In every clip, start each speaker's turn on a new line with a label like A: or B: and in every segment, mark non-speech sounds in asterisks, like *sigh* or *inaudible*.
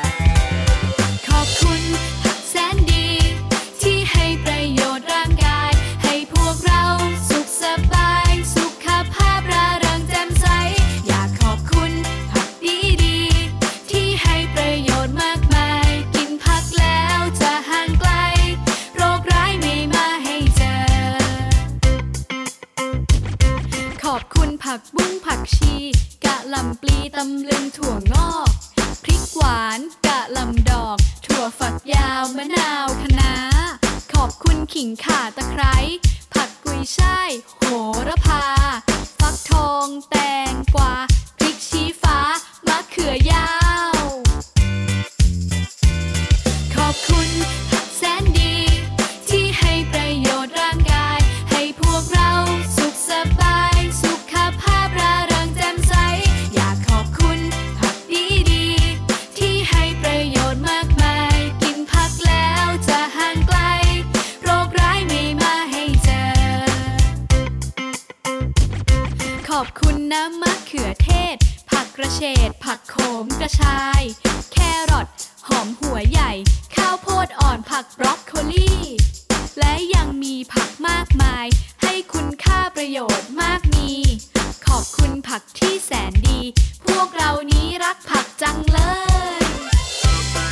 A: ขอบคุณผักแสนดี ที่ให้ประโยชน์ร่างกาย ให้พวกเราสุขสบาย สุขภาพร่าเริงแจ่มใส อยากขอบคุณผักดีดีๆที่ให้ประโยชน์มากมาย กินผักแล้วจะห่างไกล โรคร้ายไม่มาให้เจอ ขอบคุณผักบุ้งผักชี กะหล่ำปลีตำลึงถั่วงอก พริกหวานกะหล่ำดอก ถั่วฝักยาวมะนาวคะน้า ขอบคุณขิงข่าตะไคร้ผักกุยช่าย โหระพา ฟักทองแตงกวาพริกชี้ฟ้ามะเขือยาว ขอบคุณผักแสนดี ที่ให้ประโยชน์ร่างกาย ให้พวกเราสุขสบาย สุขภาพร่าเริงแจ่มใส อยากขอบคุณผักดีดีๆที่ให้ประโยชน์มากมาย กินผักแล้วจะห่างไกล โรคร้ายไม่มาให้เจอ ขอบคุณน้ำมะเขือเทศ ผักกระเฉดผักโขมกระชาย แครอทหอมหัวใหญ่ ข้าวโพดอ่อนผักบรอกโคลีและยังมีผักมากมาย ให้คุณค่าประโยชน์มากมี ขอบคุณผักที่แสนดี พวกเรานี้รักผักจังเลย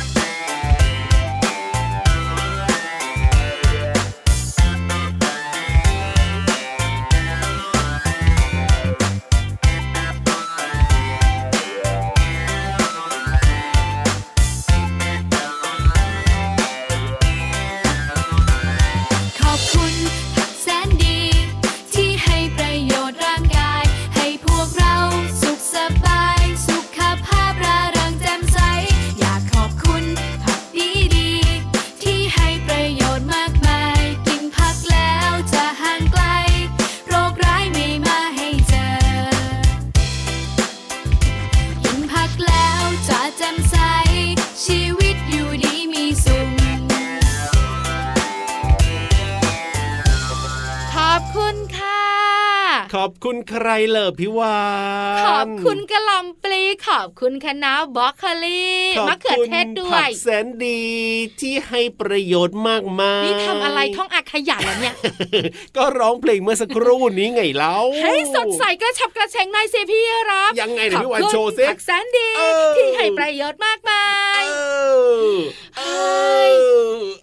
A: ขอบคุณผักแสนดี ที่ให้ประโยชน์ร่างกาย ให้พวกเราสุขสบาย สุขภาพร่าเริงแจ่มใส อยากขอบคุณผักดีดีๆที่ให้ประโยชน์มากมาย กินผักแล้วจะห่างไกล โรคร้ายไม่มาให้เจอ กินผักแล้วจะแจ่มใส ชีวิตอยู่ดีมีสุข
B: ขอบคุณค่ะ
C: ขอบคุณใครเหลิอพี่วาน
B: ขอบคุณกะหล่ำปลีขอบคุณคะน้าบล็อกโคลี
C: ขอบ
B: มะเขือ
C: คุณ
B: เทศด้ว
C: ผั
B: ย
C: กแสนดีที่ให้ประโยชน์มากมาย
B: นี่ทำอะไรท่องอักขยะแล้วเนี่ย
C: ก็ร้องเพลงเมื่อสักครู่นี้ไงเล่า
B: เฮ้ยสดใสกระชับกระเฉงหน่อยสิพี่รับ
C: ยังไงเดี๋ย
B: ข
C: ว
B: อบ
C: พี่วาน
B: คุณ
C: โชว์สิ
B: ผักแสนดี
C: เออ
B: ที่ให้ประโยชน์มากมา
C: เอย อ
B: เฮ้
C: เอย อ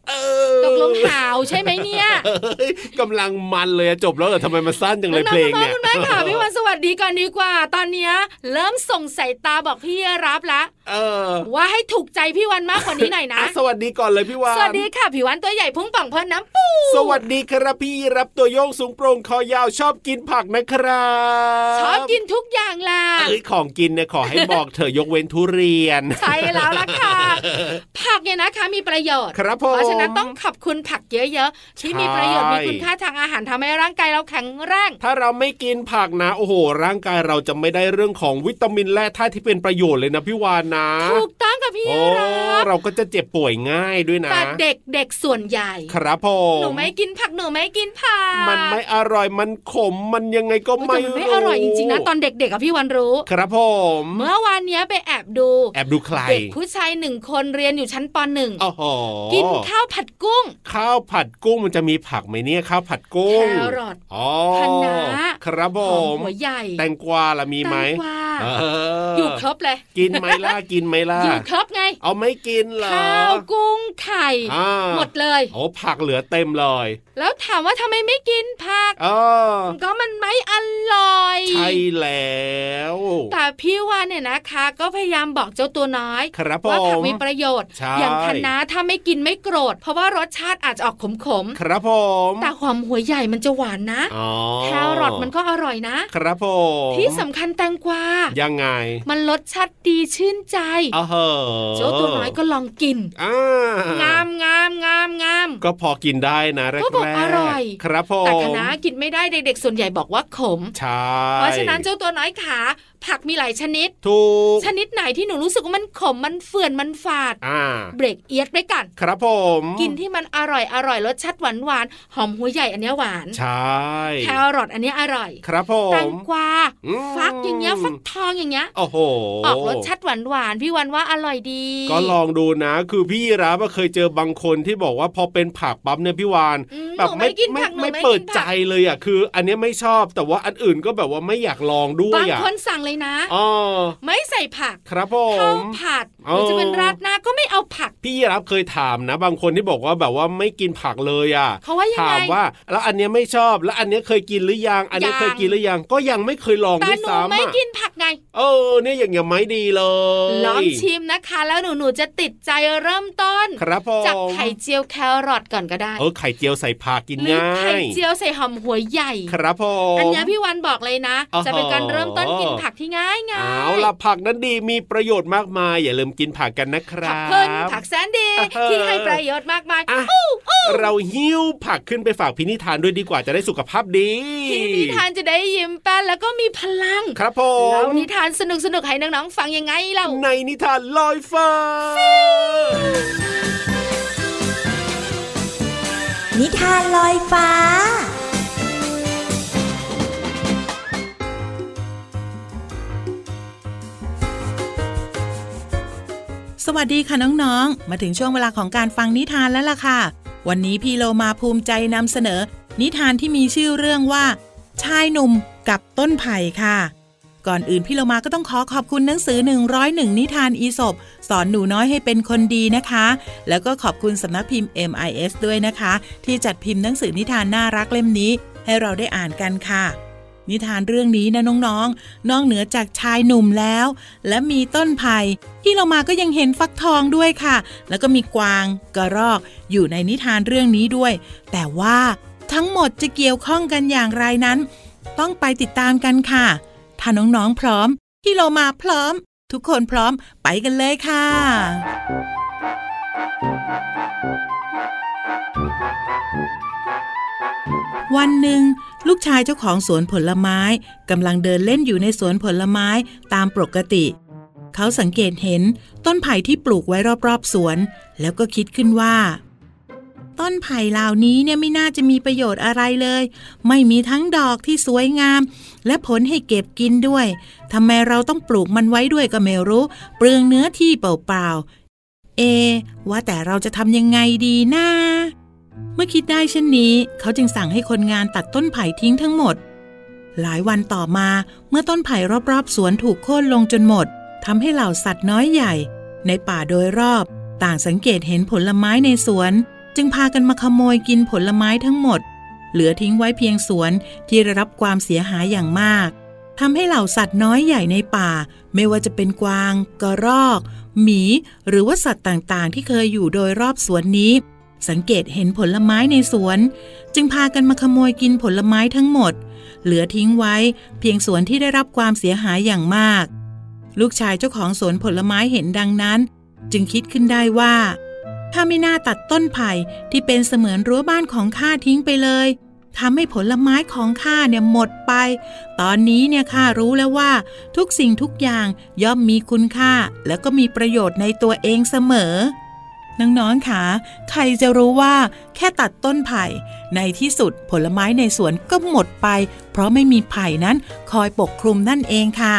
C: เออ
B: ตกลงหาวใช่ไหมเนี่ย
C: เฮ้ยกำลังมันเลยอะจบแล้วเหรอทำไมมันสั้นจังเลย
B: น้อ
C: เพลง
B: งๆ
C: เนี่ย
B: คุณแม่ค่ะพี่วันสวัสดีก่อนดีกว่า ตอนเนี้ยเริ่มส่งสายตาบอกพี่รับละ
C: เออ
B: ว่าให้ถูกใจพี่วันมากกว่านี้หน่อยนะ
C: อ่สวัสดีก่อนเลยพี่วาน
B: สวัสดีค่ะพี่วันตัวใหญ่พุ่งป่องพอน้ำปู
C: สวัสดีครับพี่รับตัวโยงสูงโปร่งคอยาวชอบกินผักนะครับ
B: ชอบกินทุกอย่างล่ะ
C: เอ้ยของกินเนี่ยขอให้บอกเธอะยกเว้นทุเรียน
B: ใช่แล้วล่ะค่ะ ผักเนี่ยนะคะมีประโยชน์
C: ครับผม
B: เพราะฉะนั้นต้องขอบคุณผักเยอะๆ ที่มีประโยชน์
C: ใช่
B: มีคุณค่าทางอาหารทำให้ร่างกายเราแข็งแรง
C: ถ้าเราไม่กินผักนะโอ้โห ร่างกายเราจะไม่ได้เรื่องของวิตามินและธาตุที่เป็นประโยชน์เลยนะพี่วานนะ
B: ถูกต้องกับพี่
C: โอ้
B: รับ
C: เราก็จะเจ็บป่วยง่ายด้วยนะ
B: แต่เด็กเด็กๆส่วนใหญ่
C: ครับผม
B: หนูไม่กินผักหนูไม่กินผัก
C: มันไม่อร่อยมันขมมันยังไงก็
B: โอ้ยแต่มันไม่อร่อยจริงๆนะตอนเด็กๆกับพี่วันรู้
C: ครับผม
B: เมื่อวานเนี้ยไปแอบดู
C: แอบดูใคร
B: เด็กผู้ชายหนึ่งคนเรียนอยู่ชั้นปหนึ่ง
C: โอ้โห
B: กินข้าวผัดกุ้ง
C: ข้าวผัดกุ้งมันจะมีผักไหมเนี่ยข้าวผัดกุ้ง
B: แครอท
C: อ๋อ
B: คะน้า
C: ครับผ
B: หอม
C: ม
B: หัวใหญ่
C: แตงกวาล่ะมีไหม
B: แตงกวา
C: เอ
B: อยู่ครบเลย
C: กินไหมล่ะกินไหมล่ะ
B: อยู่ครบไง
C: เอาไม่กินเหรอ
B: ข้าวกุ้งไข่
C: อ่า
B: หมดเลย
C: โอ้ผักเหลือเต็มเลย
B: แล้วถามว่าทำไมไม่กินผัก
C: เออ
B: ก็มันไม่อร่อย
C: ใช่แล้ว
B: แต่พี่วานเนี่ยนะคะ ก็พยายามบอกเจ้าตัวน้อย
C: ครับผ
B: ว่าผัก
C: ม
B: มีประโยชน์
C: ใช่
B: อย่างคะน้าถ้าไม่กินไม่โกรธ เพราะว่ารสชาติอาจจะออกขม
C: ครับผม
B: ๆแต่หอมหัวใหญ่มันจะหวานนะ
C: อ๋อ
B: แครอทมันก็อร่อยนะ
C: ครับผม
B: ที่สำคัญแตงกวา
C: ยังไง
B: มันรสชาติดีชื่นใจ
C: อ้าวเหรอ
B: เจ้าตัวน้อยก็ลองกิน
C: อ่าง
B: ามงามงามงาม
C: *laughs* ก็พอกินได้นะแรกๆ
B: ก็บอกอร่อย
C: ครับผม
B: แต่คณะกินไม่ได้เด็กๆส่วนใหญ่บอกว่าขม
C: ใช่
B: เพราะฉะนั้นเจ้าตัวน้อยขา ผักมีหลายชนิด
C: ถูก
B: ชนิดไหนที่หนูรู้สึกว่ามันขมมันเฟื่อนมันฝาด
C: อ่า
B: เบรกเอียดไว้ก่อน
C: ครับผม
B: กินที่มันอร่อยอร่อยรสชาติหวานหวานหอมหัวใหญ่อันเนี้ยหวาน
C: ใช่
B: แครอทอันเนี้ยอร่อย
C: ครับผม
B: แตงกวา
C: อืม
B: ฟักอย่างเงี้ยฟักทองอย่างเงี้ย
C: โอ้โห
B: ออกรสชาติหวานหวานๆพี่วันว่าอร่อยดี
C: ก็ลองดูนะ คือพี่ยีราฟอะเคยเจอบางคนที่บอกว่าพอเป็นผักปั๊บเนี่ยพี่วาน
B: อืม
C: แบบ
B: หนูไม่กินผักหนู
C: ไม่
B: ไม่
C: เปิด
B: กิน
C: ใจ
B: ผัก
C: เลยอ่ะคือ อันเนี้ยไม่ชอบแต่ว่าอันอื่นก็แบบว่าไม่อยากลองด้วย
B: บาง
C: อ่ะ
B: คนสั่งเลยนะ
C: อ๋อ
B: ไม่ใส่ผัก
C: ครับผ
B: ข้าว
C: ม
B: ผัดห
C: อ๋อ
B: รือจะเป็นราดหน้าก็ไม่เอาผัก
C: พี่ยีรับเคยถามนะ บางคนที่บอกว่าแบบว่าไม่กินผักเลยอ่ะ
B: เขาว่ายัง
C: ถาม
B: ไง
C: ว่า แล้วอันเนี้ยไม่ชอบ แล้วอันเนี้ยเคยกินหรือยังอันเนี้ย
B: ยัง
C: เคยกินหรือยังก็ยังไม่เคยลอง
B: แต่
C: ด้วย
B: หนู
C: ซ้ำ
B: ไม่
C: อะ
B: กินผักไง
C: เออเนี่ยอย่างเงี้ยไม่ดีเลย
B: ลองชิมนะคะ แล้วหนูหนูๆจะติดใจเริ่มต้น
C: ครับผม
B: จากไข่เจียวแครอทก่อนก็ได้
C: เออไข่เจียวใส่ผักกิน
B: หรือ
C: ง่า
B: ไข่
C: ย
B: เจียวใส่หอมหัวใหญ่
C: ครับผม
B: อันเนี้ยพี่วันบอกเลยนะ
C: อ๋อ
B: จะเป็นการเริ่มต้นกินผักที่ง่ายๆ
C: เอาล่ะผักนั้นดีมีประโยชน์มากมาย อย่าลืมกินผักกันนะครั
B: ผั
C: บ
B: กเพิ่นผักแซนดี
C: เออ
B: ที่ให้ประโยชน์มากมาย
C: อ่ะเราหิ้วผักขึ้นไปฝากพินิธานด้วยดีกว่าจะได้สุขภาพดี
B: ที่นิทานจะได้ยิ้มแป้นแล้วก็มีพลัง
C: ครับผ
B: แล้ว
C: ม
B: นิทานสนุกๆให้น้องๆฟังยังไงเรา
C: ในนิทานลอยฟ้า
D: นิทานลอยฟ้า
E: สวัสดีค่ะน้องๆ มาถึงช่วงเวลาของการฟังนิทานแล้วล่ะค่ะ วันนี้พี่โลมาภูมิใจนำเสนอ นิทานที่มีชื่อเรื่องว่า ชายหนุ่มกับต้นไผ่ค่ะ ก่อนอื่นพี่โลมาก็ต้องขอขอบคุณหนังสือ 101 นิทานอีสบสอนหนูน้อยให้เป็นคนดีนะคะ แล้วก็ขอบคุณสำนักพิมพ์ MIS ด้วยนะคะ ที่จัดพิมพ์หนังสือนิทานน่ารักเล่มนี้ ให้เราได้อ่านกันค่ะ นิทานเรื่องนี้นะน้องๆ นอกเหนือจากชายหนุ่มแล้ว และมีต้นไผ่ที่เรามาก็ยังเห็นฟักทองด้วยค่ะ แล้วก็มีกวางกระรอกอยู่ในนิทานเรื่องนี้ด้วย แต่ว่าทั้งหมดจะเกี่ยวข้องกันอย่างไรนั้น ต้องไปติดตามกันค่ะ ถ้าน้องๆพร้อม ที่เรามาพร้อม ทุกคนพร้อมไปกันเลยค่ะ วันหนึ่ง ลูกชายเจ้าของสวนผลไม้กำลังเดินเล่นอยู่ในสวนผลไม้ตามปกติ เขาสังเกตเห็นต้นไผ่ที่ปลูกไว้รอบๆสวน แล้วก็คิดขึ้นว่า ต้นไผ่เหล่านี้เนี่ยไม่น่าจะมีประโยชน์อะไรเลย ไม่มีทั้งดอกที่สวยงาม และผลให้เก็บกินด้วยทำไมเราต้องปลูกมันไว้ด้วยก็ไม่รู้ เปลืองเนื้อที่เปล่าๆเอ ว่าแต่เราจะทำยังไงดีนะ เมื่อคิดได้เช่นนี้ เขาจึงสั่งให้คนงานตัดต้นไผ่ทิ้งทั้งหมด หลายวันต่อมาเมื่อต้นไผ่รอบๆ สวนถูกโค่นลงจนหมดทำให้เหล่าสัตว์น้อยใหญ่ ในป่าโดยรอบ ต่างสังเกตเห็นผลไม้ในสวน จึงพากันมาขโมยกินผลไม้ทั้งหมด เหลือทิ้งไว้เพียงสวนที่ได้รับความเสียหายอย่างมากทำให้เหล่าสัตว์น้อยใหญ่ในป่า ไม่ว่าจะเป็นกวาง กระรอก หมี หรือว่าสัตว์ต่างๆ ที่เคยอยู่โดยรอบสวนนี้ สังเกตเห็นผลไม้ในสวน จึงพากันมาขโมยกินผลไม้ทั้งหมด เหลือทิ้งไว้ เพียงสวนที่ได้รับความเสียหายอย่างมาก ลูกชายเจ้าของสวนผลไม้เห็นดังนั้น จึงคิดขึ้นได้ว่า ถ้าไม่น่าตัดต้นไผ่ที่เป็นเสมือนรั้วบ้านของข้าทิ้งไปเลยทำให้ผลไม้ของข้าเนี่ยหมดไป ตอนนี้เนี่ยข้ารู้แล้วว่า ทุกสิ่งทุกอย่างย่อมมีคุณค่า แล้วก็มีประโยชน์ในตัวเองเสมอ น้องๆค่ะ ใครจะรู้ว่าแค่ตัดต้นไผ่ ในที่สุดผลไม้ในสวนก็หมดไป เพราะไม่มีไผ่นั้นคอยปกคลุมนั่นเองค่ะ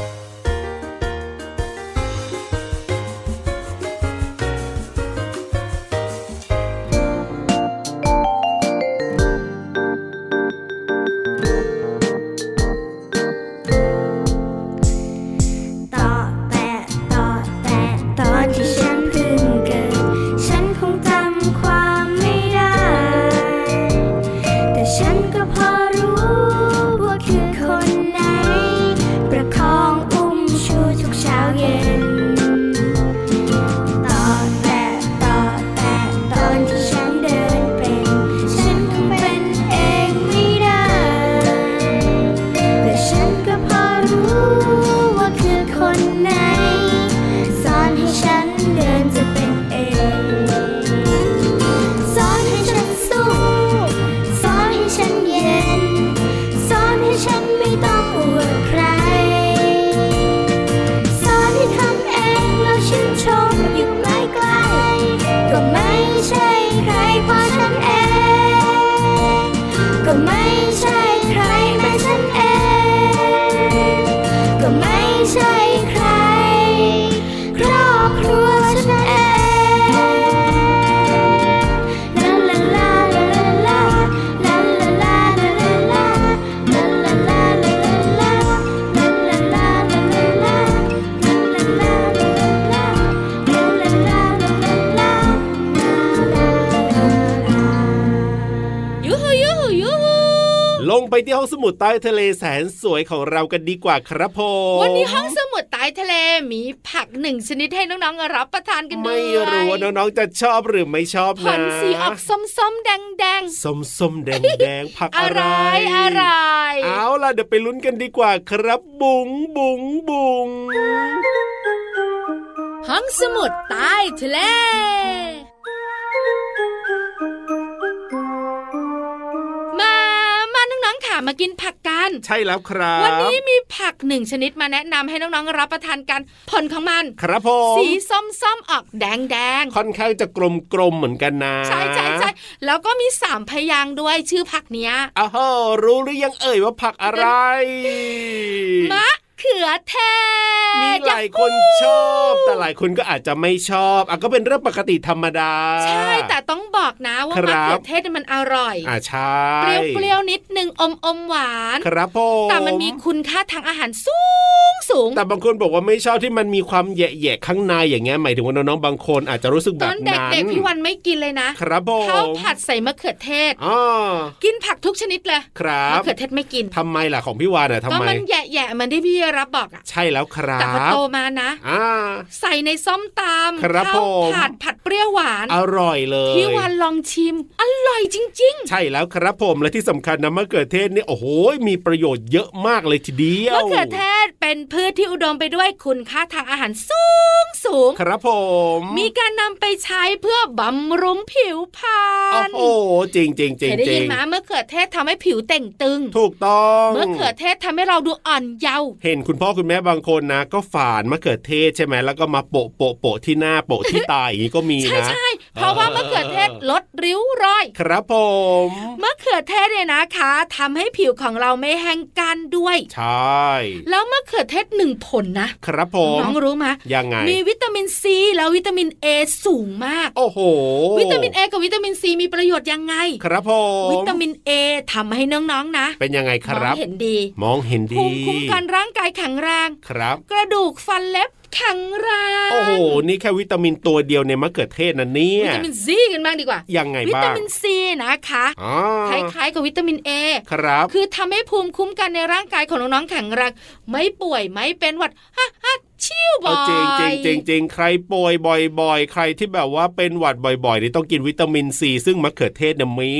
E: ะ
F: ต่อแต่ต่อแต่ตอนที่ฉันเพิ่งเกิด ฉันคงจำความไม่ได้ แต่ฉันก็พอรู้ว่าคือคนไหน ประค ใช่ใครแม้ฉันเอง ก็ไม่ใช่ใคร ครอบครัวฉันเอง ลาลาลาลาลาลาลาลาลาลาลาลาลาลา
B: ยูฮูยูฮูยูฮู
C: ลงไปที่ห้องสมุดใต้ทะเลแสนสวยของเรากันดีกว่าครับผม
B: วันนี้ห้องสมุดใต้ทะเลมีผักหนึ่งชนิดให้น้องๆรับประทานกันด้ว
C: ไม่
B: ย
C: รู้ว่าน้องๆจะชอบหรือไม่ชอบ
B: ผ
C: นะ
B: ลสีออกส้มๆแดง
C: ส้มส้มๆแดงแดงๆผัก
B: ๆ อะ
C: อะไรไร
B: อะไร
C: เอาล่ะเดี๋ยวไปลุ้นกันดีกว่าครับ บุ๋งบุ๋งบุ๋ง
B: ห้องสมุดใต้ทะเล มามาน้องๆค่ะมากินผักกัน
C: ใช่แล้วครับ
B: วันนี้มีผักหนึ่งชนิดมาแนะนำให้น้องๆรับประทานกันผลของมัน
C: ครับผม
B: สีส้มๆออกแดงๆ
C: ค่อนข้างจะกลมๆเหมือนกันนะ
B: ใช่ใช่ใช่แล้วก็มีสามพยางค์ด้วยชื่อผักเนี้ย
C: อ้าวโหรู้หรือยังเอ่ยว่าผักอะไร
B: มะเขือเท
C: มี
B: ศ
C: หลายคนชอบ แต่หลายคนก็อาจจะไม่ชอบอ่ะก็เป็นเรื่องปกติธรรมดา
B: ใช่แต่ต้องบอกนะว่า
C: ครับ
B: มะเขือเทศมันอร่อย
C: อ่าใช่
B: เปรี้ยวเปรี้ยวๆนิดนึงอมอมๆหวาน
C: ครับผม
B: แต่มันมีคุณค่าทางอาหารสูงสูง
C: แต่บางคนบอกว่าไม่ชอบที่มันมีความแหยะๆข้างในอย่างเงี้ยหมายถึงว่าน้องๆบางคนอาจจะรู้สึก
B: ต
C: แบ
B: อบ น
C: นั้น
B: เด็กๆพี่วันไม่กินเลยนะครับ
C: ผม
B: ข้าวผัดใส่มะเขือเทศ
C: อ๋อ
B: กินผักทุกชนิดเลย
C: ครั
B: มะ
C: บ
B: เขือเทศไม่กิน
C: ทำไมล่ะของพี่วานอ่ะทำ
B: ก็
C: ไม
B: มันแย่ๆมันที่พี่รับบอกอะ
C: ใช่แล้วครั
B: แต่พอโต
C: บ
B: มานะ
C: อ่า
B: ใส่ในส้มตำ
C: ครับ
B: ข้าว
C: ผม
B: ผัดผัดเปรี้ยวหวาน
C: อร่อยเลย
B: พี่วันลองชิม อร่อยจริง
C: ใช่แล้วครับผมและที่สำคัญนะมะเขือเทศเนี่ยโอ้โหมีประโยชน์เยอะมากเลยทีเดีย
B: ๆ
C: ว
B: มะเขือเทศเป็นพืชที่อุดมไปด้วยคุณค่าทางอาหารสูงสูง
C: ครับผม
B: มีการนำไปใช้เพื่อบำรุงผิวพรร
C: โอ้
B: ณ
C: โหจริงจริงจริ
B: เค
C: ง
B: ยได้
C: จริ
B: ยิน
C: ง
B: ไหมมะเขือเทศทำให้ผิวเต่งตึง
C: ถูกต้อง
B: มะเขือเทศทำให้เราดูอ่อนเยาว์
C: เห็นคุณพ่อคุณแม่บางคนนะ ก็ฝานมะเขือเทศใช่ไหมแล้วก็มาโปะโปะโปะที่หน้าโปะที่ตาอย่างนี้ก็มี
B: ใช่
C: นะ
B: ใช่เพราะว่ามะเขือเทศลดริ้วรอย
C: ครับผม
B: มะเขือเทศเนี่ยนะคะทำให้ผิวของเราไม่แห้งกันด้วย
C: ใช่
B: แล้วมะเขือเทศหนึ่งผลนะครับ
C: ผม
B: น้องรู้ไหมย
C: ยังไง
B: มีวิตามินซีแล้ววิตามินเอสูงมาก
C: โอ้โห
B: วิตามินเอกับวิตามินซีมีประโยชน์ยังไง
C: ครับผม
B: วิตามินเอทำให้น้องๆนะ
C: เป็นยังไงค
B: ม
C: รั
B: อบ งเห็นดี
C: มองเห็นดี
B: ภูมิคุ้มกันร่างกายแข็งแรง
C: ครับ
B: กระดูกฟันเล็บแข็งแรง
C: โอ้โหนี่แค่วิตามินตัวเดียวในมะเขือเทศนะเนี่ย
B: วิตามินซีกันบ้างดีกว่า
C: ยังไง
B: วิ
C: บ้า
B: ตาง มินซีนะคะ
C: อ๋อ
B: คล้ายๆกับวิตามินเอ
C: ครับ
B: คือทำให้ภูมิคุ้มกันในร่างกายของน้องๆแข็งแรงไม่ป่วยไม่เป็นหวัดฮ่าฮ่าชิวบอ
C: เอา
B: ย
C: จริงจริงจริงจริงใครป่วยบ่อยๆ ใครที่แบบว่าเป็นหวัดบ่อยๆนี่ต้องกินวิตามินซีซึ่งมะเขือเทศเนี่ยมี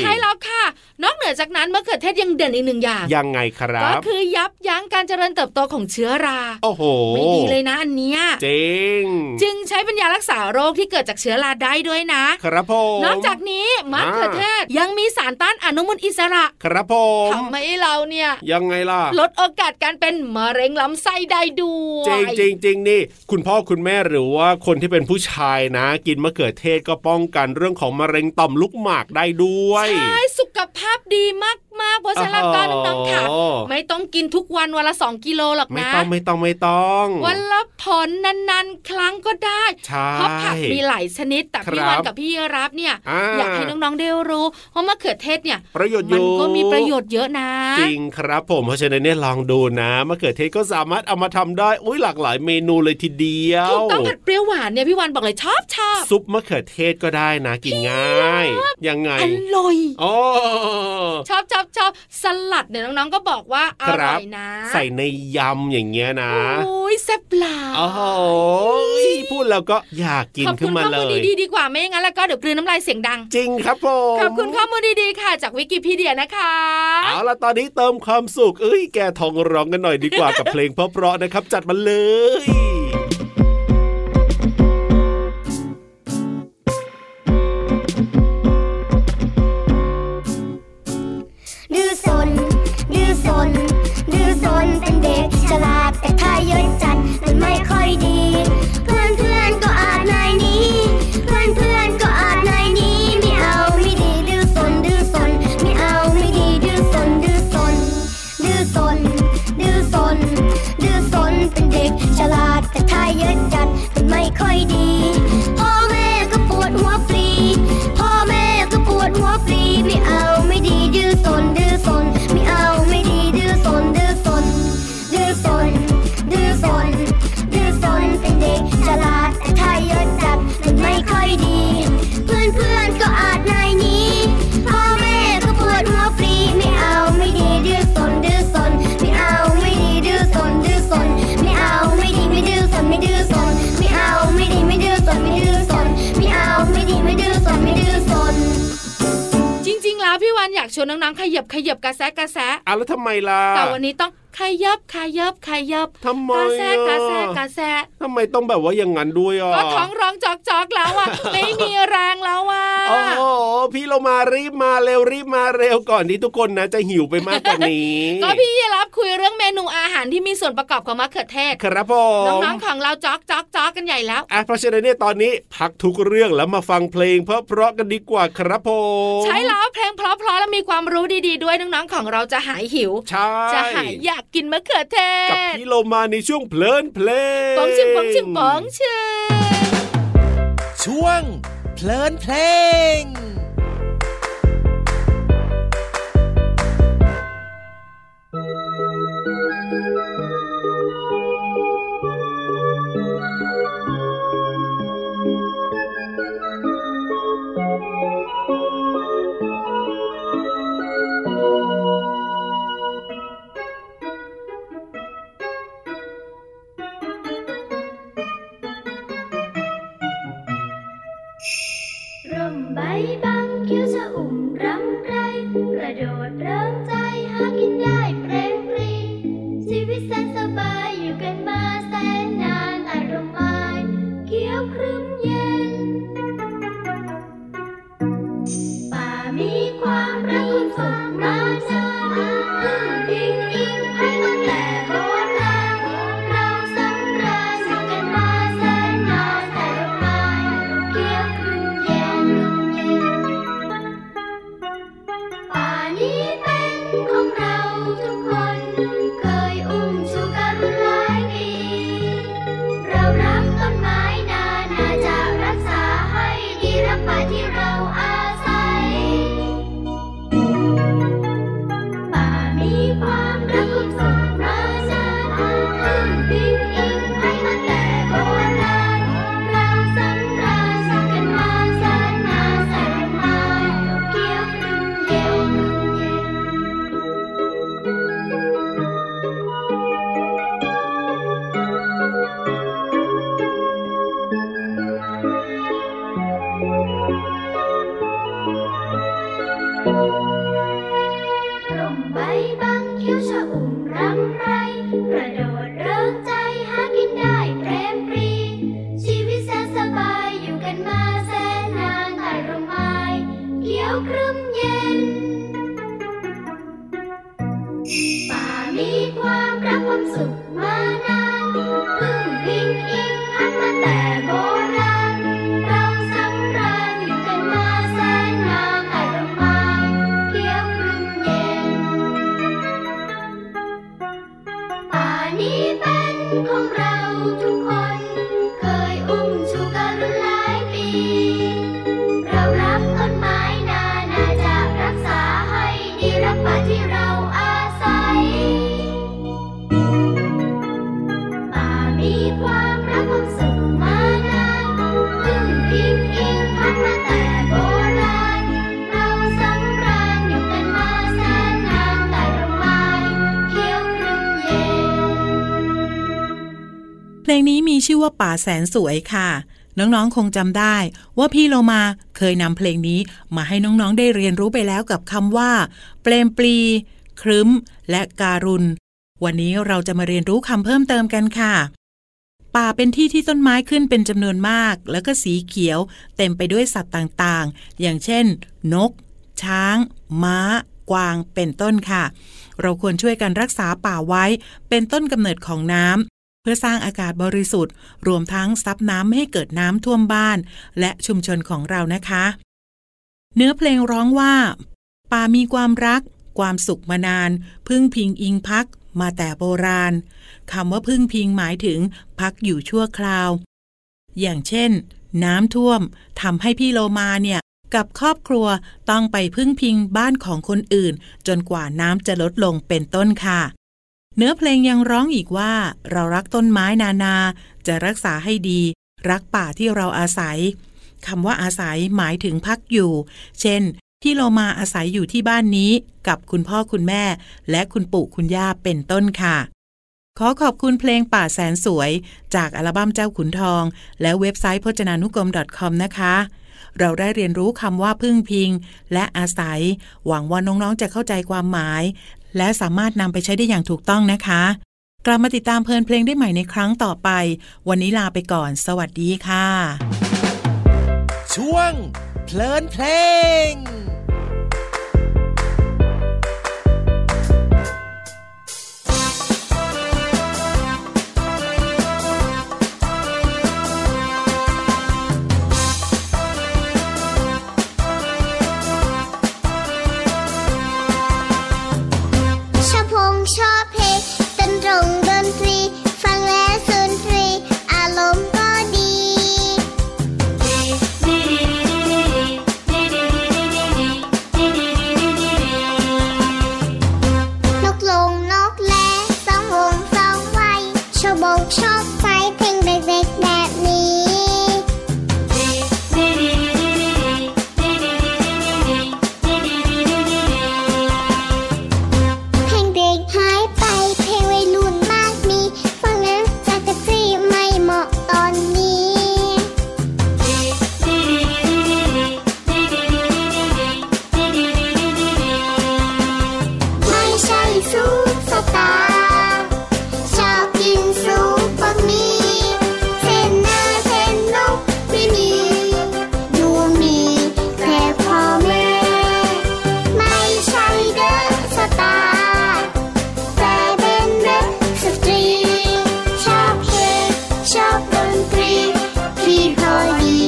B: ใช่แล้วค่ะ นอกเหนือจากนั้นมะเขือเทศยังเด่นอีกหนึ่งอย่าง
C: ยังไงครั
B: ก็
C: บ
B: คือยับยั้งการเจริญเติบโตของเชื้อรา
C: โอ้โห
B: ไม่ดีเลยนะอันเนี้ย
C: จริง
B: จึงใช้เป็นยารักษาโรคที่เกิดจากเชื้อราได้ด้วยนะ
C: ครับผม
B: นอกจากนี้มะเขือเทศยังมีสารต้านอนุมูลอิสระ
C: ครับผม
B: ทำให้เราเนี่ย
C: ยังไงล่ะ
B: ลดโอกาสการเป็นมะเร็งลำไส้ได้ด้วย
C: จริงจริงจริงนี่ คุณพ่อคุณแม่หรือว่าคนที่เป็นผู้ชายนะ กินมะเขือเทศก็ป้องกันเรื่องของมะเร็งต่อมลูกหมากได้ด้วย
B: ใช่สุขภาพดีมากๆเพราะฉะนั้นแล้ว
C: อ๋อ
B: ก็น้องๆค่ะไม่ต้องกินทุกวันวันละสองกิโลหรอก
C: ไม่
B: นะ
C: ต้องไม่ต้องไม่ต้อง
B: วันละผลนานๆ ครั้งก็ได้
C: ใช่
B: เพราะผักมีหลายชนิดแต่พี่
C: ครับ
B: วันกับพี่รับเนี่ย
C: อ่า
B: อยากให้น้องๆได้รู้ว่ามะเขือเทศเนี่ย
C: ประโยชน์
B: มัน
C: อยู่
B: ก็มีประโยชน์เยอะนะ
C: จริงครับผมเพราะฉะนั้นเนี่ยลองดูนะมะเขือเทศก็สามารถเอามาทำได้อุ้ยหลากหลายเมนูเลยทีเดียว
B: ถูกต้องผัดเปรี้ยวหวานเนี่ยพี่วันบอกเลยชอบชอบ
C: ซุปมะเขือเทศก็ได้นะกินง่ายยังไง
B: อร่อย
C: โอ้
B: ชอบชอบชอบสลัดเนี่ยน้องๆก็บอกว่าอ
C: ครับ
B: ร่อยนะ
C: ใส่ในยำอย่างเงี้ยนะ
B: โอ้ยแซ่บหลา
C: โอ้โหพูดแล้วก็อยากกิน
B: ขอบ
C: ขึ้น
B: คุณ
C: มา
B: ข้อ
C: เล
B: มูล
C: ย
B: ดีๆดีกว่าไม่อย่างนั้นแล้วก็เดี๋ยวกลืนน้ำลายเสียงดัง
C: จริงครับผม
B: ขอบคุณข้อมูลดีๆค่ะ จากวิกิพีเดียนะคะ
C: เอาล่ะตอนนี้เติมความสุขเอ้ยแกทองร้องกันหน่อยดีกว่ากับเพลงเพราะๆนะครับ จัดมาเลย
F: ดื้อสน ดื้อสน ดื้อสน เป็นเด็กฉลาด แต่ถ้าเยอะจัดมันไม่ค่อยดี เพื่อนเพื่อนๆก็อาจนายหนี้ เพื่อนเพื่อนๆก็อาจนายหนี้ ไม่เอาไม่ดี ดื้อสน ดื้อสน ไม่เอาไม่ดี ดื้อส อยดี พ่อแม่ก็ปวดหัวฟรี พ่อแม่ก็ปวดหัวฟรี ไม่เอาไม่ดีดื้อสนดื้อสน ไม่เอาไม่ดีดื้อสนดื้อสน ดื้อสน ดื้อสน ดื้อสนเป็นเด็กฉลาดแต่ถ้าเยอะจัดมันไม่ค่อยดี เพื่อนเพื่อนๆก็อาจนายหนี้ พ่อแม่ก็ปวดหัวฟรี ไม่เอาไม่ดีดื้อสนดื้อสน ไม่เอาไม่ดีดื้อสนดื้อสน ไม่เอาไม่ดีไม่ดื้อสนไม่ดื้อสน ไม่เอาไม่ดีไม่ดื้อสนไม่ดื้อสน ไม่เอาไม่ดีไม่ดื้อสนไม่ดื้อสน
B: จริง ๆ แล้วพี่วันอยากชวนน้องๆขยับขยับกระแสกระแส
C: อ่ะแล้วทำไมล่ะ
B: แต่วันนี้ต้องขยับขยับขยับ
C: ทำไม
B: กระแส
C: อ่
B: กระแสกระแส
C: ทำไมต้องแบบว่าอย่างนั้นด้วยอ่ะ
B: ก็ท้องร้องจอกจอกๆแล้ว
C: *laughs*
B: อ่ะ ไม่มีแรงแล้วอ่ะ
C: โอ้โหพี่เรามารีบมาเร็วรีบมาเร็วก่อนที่ทุกคนนะจะหิวไปมากกว่านี้
B: ก็พี่ยีรับคุยเรื่องเมนูอาหารที่มีส่วนประกอบของมะเขือเทศ
C: ครับผม
B: น้องๆของเราจอกจอกจอกกันใหญ่แล้ว
C: อ่ะเพราะฉะนั้นเนี่ยตอนนี้พักทุกเรื่องแล้วมาฟังเพลง เพราะๆกันดีกว่าครับผม
B: ใช้แล้วเพลงเพราะๆแล้วมีความรู้ดีๆด้วยน้องๆของเราจะหายหิว
C: ใช่
B: จะหายอยากกินมะเขือเท
C: กับ
B: ศ
C: พี่เรามาในช่วงเพลินเพลง
B: ปองชิงปองชิงปองชิง
G: ช่วง เพลินเพลง
F: ร่มใบบังคิ้วชะอุ่มรำไร กระโดดเริงใจหากินได้เพลงปรี ชีวิตแสนสบายอยู่กันมาแสนนานอารมณ์ไม้เขียวครึ้มเย็น ป่ามีความรักคุณสุขมาจานพึ่งพิงอิงให้ตั้งแต่โบราณเราสำราญอยู่กันมาแสนนานแต่ดอกไม้เขียวครึ้มเย็น ป่านี้เป็นของเราทุกคน เคยอุ้มชูกันหลายปี เรารักต้นไม้นานาจะรักษาให้ดีรักป่าที่เราอาศัย ป่ามีความรักคุ้มสุขราชาพึ่งพิงอิงให้มาแต่โบราณเราสำราญสร้างกันมาแสนนานแสนนานเกี่ยวครึ่งเกี่ยวครึ่งเย็น ร่มใบบังคิ้วชะอุ่มรำไร กระโดดเริงใจหากินได้เปรมปรี ชีวิตแสนสบายอยู่กันมาแสนนานใต้ร่มไม้เขียวครึ้มเย็น ป่ามีความรักความสุขมานานพึ่งพิงอิงพันมาแต่โบราณ เราสำราญอยู่กันมาแสนนานใต้ร่มไม้เขียวครึ้มเย็น ป่านี้เป็นของเราทุกคน เคยอุ้มชูกันหลายปี เรารักต้นไม้นานาจะรักษาให้ดีรักป่าที่เราอาศัย ป่ามีความรักความสุขมานานพึ่งพิงอิงพันมาแต่โบราณ เราสำราญอยู่กันมาแสนนานใต้ร่มไม้เขียวครึ้มเย็น
E: เพลงนี้มีชื่อว่าป่าแสนสวยค่ะ น้องๆคงจำได้ ว่าพี่โลมาเคยนำเพลงนี้มาให้น้องๆได้เรียนรู้ไปแล้วกับคำว่า เปลมปลี ครึ้ม และการุณ วันนี้เราจะมาเรียนรู้คำเพิ่มเติมกันค่ะ ป่าเป็นที่ที่ต้นไม้ขึ้นเป็นจำนวนมาก แล้วก็สีเขียว เต็มไปด้วยสัตว์ต่างๆ อย่างเช่น นก ช้าง ม้า กวางเป็นต้นค่ะ เราควรช่วยกันรักษาป่าไว้ เป็นต้นกำเนิดของน้ำ เพื่อสร้างอากาศบริสุทธิ์ รวมทั้งซับน้ำไม่ให้เกิดน้ำท่วมบ้าน และชุมชนของเรานะคะ เนื้อเพลงร้องว่า ป่ามีความรัก ความสุขมานาน พึ่งพิงอิงพักมาแต่โบราณคำว่าพึ่งพิงหมายถึงพักอยู่ชั่วคราว อย่างเช่น น้ำท่วมทำให้พี่โลมาเนี่ย กับครอบครัวต้องไปพึ่งพิงบ้านของคนอื่น จนกว่าน้ำจะลดลงเป็นต้นค่ะ เนื้อเพลงยังร้องอีกว่า เรารักต้นไม้นานา จะรักษาให้ดี รักป่าที่เราอาศัยคำว่าอาศัยหมายถึงพักอยู่ เช่น พี่โลมาอาศัยอยู่ที่บ้านนี้ กับคุณพ่อคุณแม่ และคุณปู่คุณย่าเป็นต้นค่ะ ขอขอบคุณเพลงป่าแสนสวย จากอัลบั้มเจ้าขุนทอง และเว็บไซต์พจนานุกรม .com นะคะ เราได้เรียนรู้คำว่าพึ่งพิง และอาศัย หวังว่าน้องๆจะเข้าใจความหมาย และสามารถนำไปใช้ได้อย่างถูกต้องนะคะ กลับมาติดตามเพลินเพลงได้ใหม่ในครั้งต่อไป วันนี้ลาไปก่อน สวัสดีค่ะ
G: ช่วง เพลินเพลง
F: ชอบพงชอบเพลงดนตรงดนตรี ฟังแล้วสุนทรีอารมณ์ก็ดี นกลงนกแลสองวงสองไวยชอบบกชอบไฟเพลงเด็กๆแบบนี้ เพลงเด็กหายไปเพลงวัยรุ่นมากมีฟังแล้วจากกระฟรีไม่เหมาะตอนนี้ ไม่ใช่ซุปสตาร์ชอบกินซุปบะหมี่เส้นหน้าเส้นนกไม่มี ดูมีแค่พ่อแม่ ไม่ใช่เดอะสตาร์แต่เป็นเดอะสตรี ชอบเพลงชอบดนตรีพี่พอดี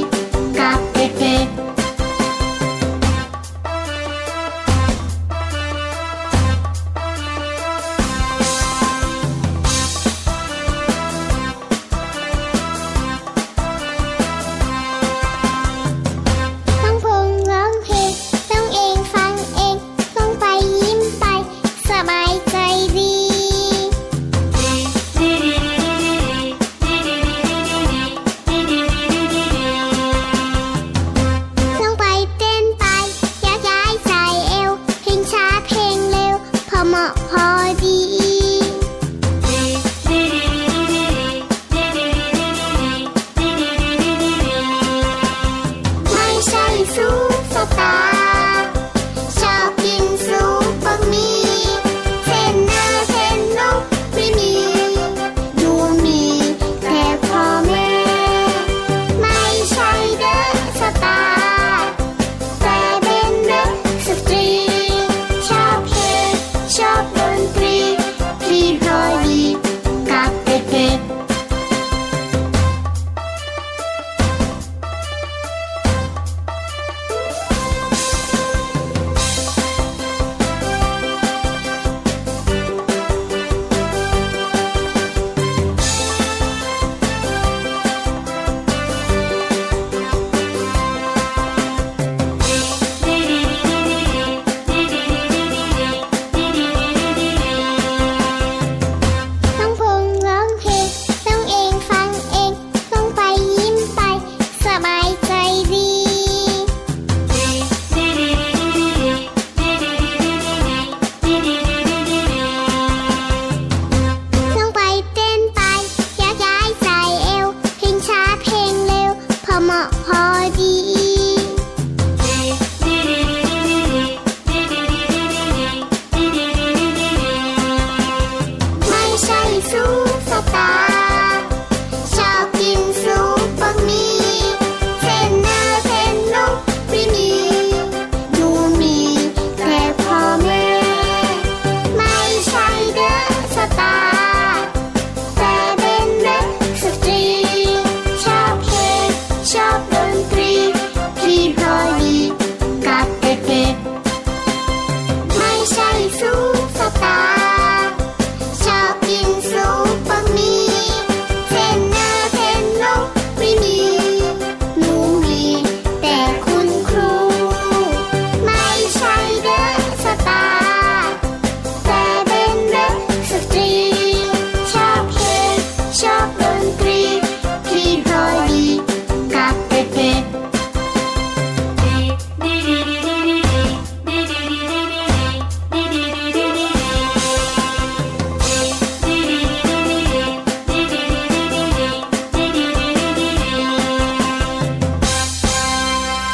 F: กับเด็กๆ ต้องพงร้องเพลงต้องเองฟังเอง ต้องไปยิ้มไป สบายใจดี ต้องไปเต้นไปย้ายย้ายใส่เอว เพลงช้าเพลงเร็ว พอเหมาะพอดี ไม่ใช่ซุปสตาร์ชอบกินซุปบะหมี่เส้นหน้าเส้นนกไม่มี ดูมีแต่พ่อแม่ ไม่ใช่เดอะสตาร์แต่เป็นเดอะสตรี ชอบเพลงชอบดนตรี
C: อน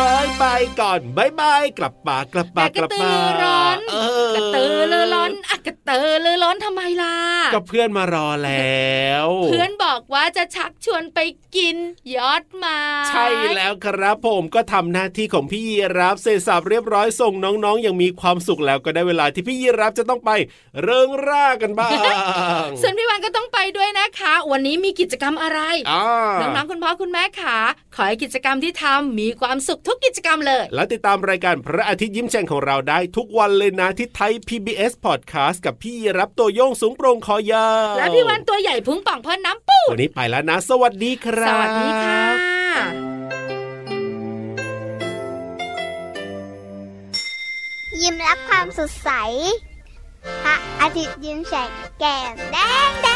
C: บายบายกลับป่ากลับป่ากลับป่า
B: แต่กระตือรือร้อน
C: เออก
B: ระตือรือร้อนอะกระตือรือร้อนทำไมล่ะ
C: ก็เพื่อนมารอแล้ว
B: เพื่อนบอกว่าจะชักชวนไปกินยอดไมา
C: ใช่แล้วครับผมก็ทำหน้าที่ของพี่ยีรับเสร็จสับเรียบร้อยส่งน้องๆอย่างมีความสุขแล้วก็ได้เวลาที่พี่ยีรับจะต้องไปเริงร่ากันบ้าง
B: ส่วนพี่วานก็ต้องไปด้วยนะคะ วันนี้มีกิจกรรมอะไร
C: อ่า
B: น้องๆคุณพ่อคุณแม่ขาขอให้กิจกรรมที่ทำมีความสุขทุกกิจกรรมเลย
C: แล้วติดตามรายการพระอาทิตย์ยิ้มแฉ่งของเราได้ทุกวันเลยนะที่ไทย PBS Podcast กับพี่ยีรับตัวโยงสูงโปรงคอยาว
B: แล้วพี่วานตัวใหญ่พุงป่องพอน้ำปูด
C: วันนี้ไปแล้วนะ สวัสดีครับ
B: สวัสดีค่ะ
H: ยิ้มรับความสดใสพระอาทิตย์ยิ้มแฉกแก้มแดงแดง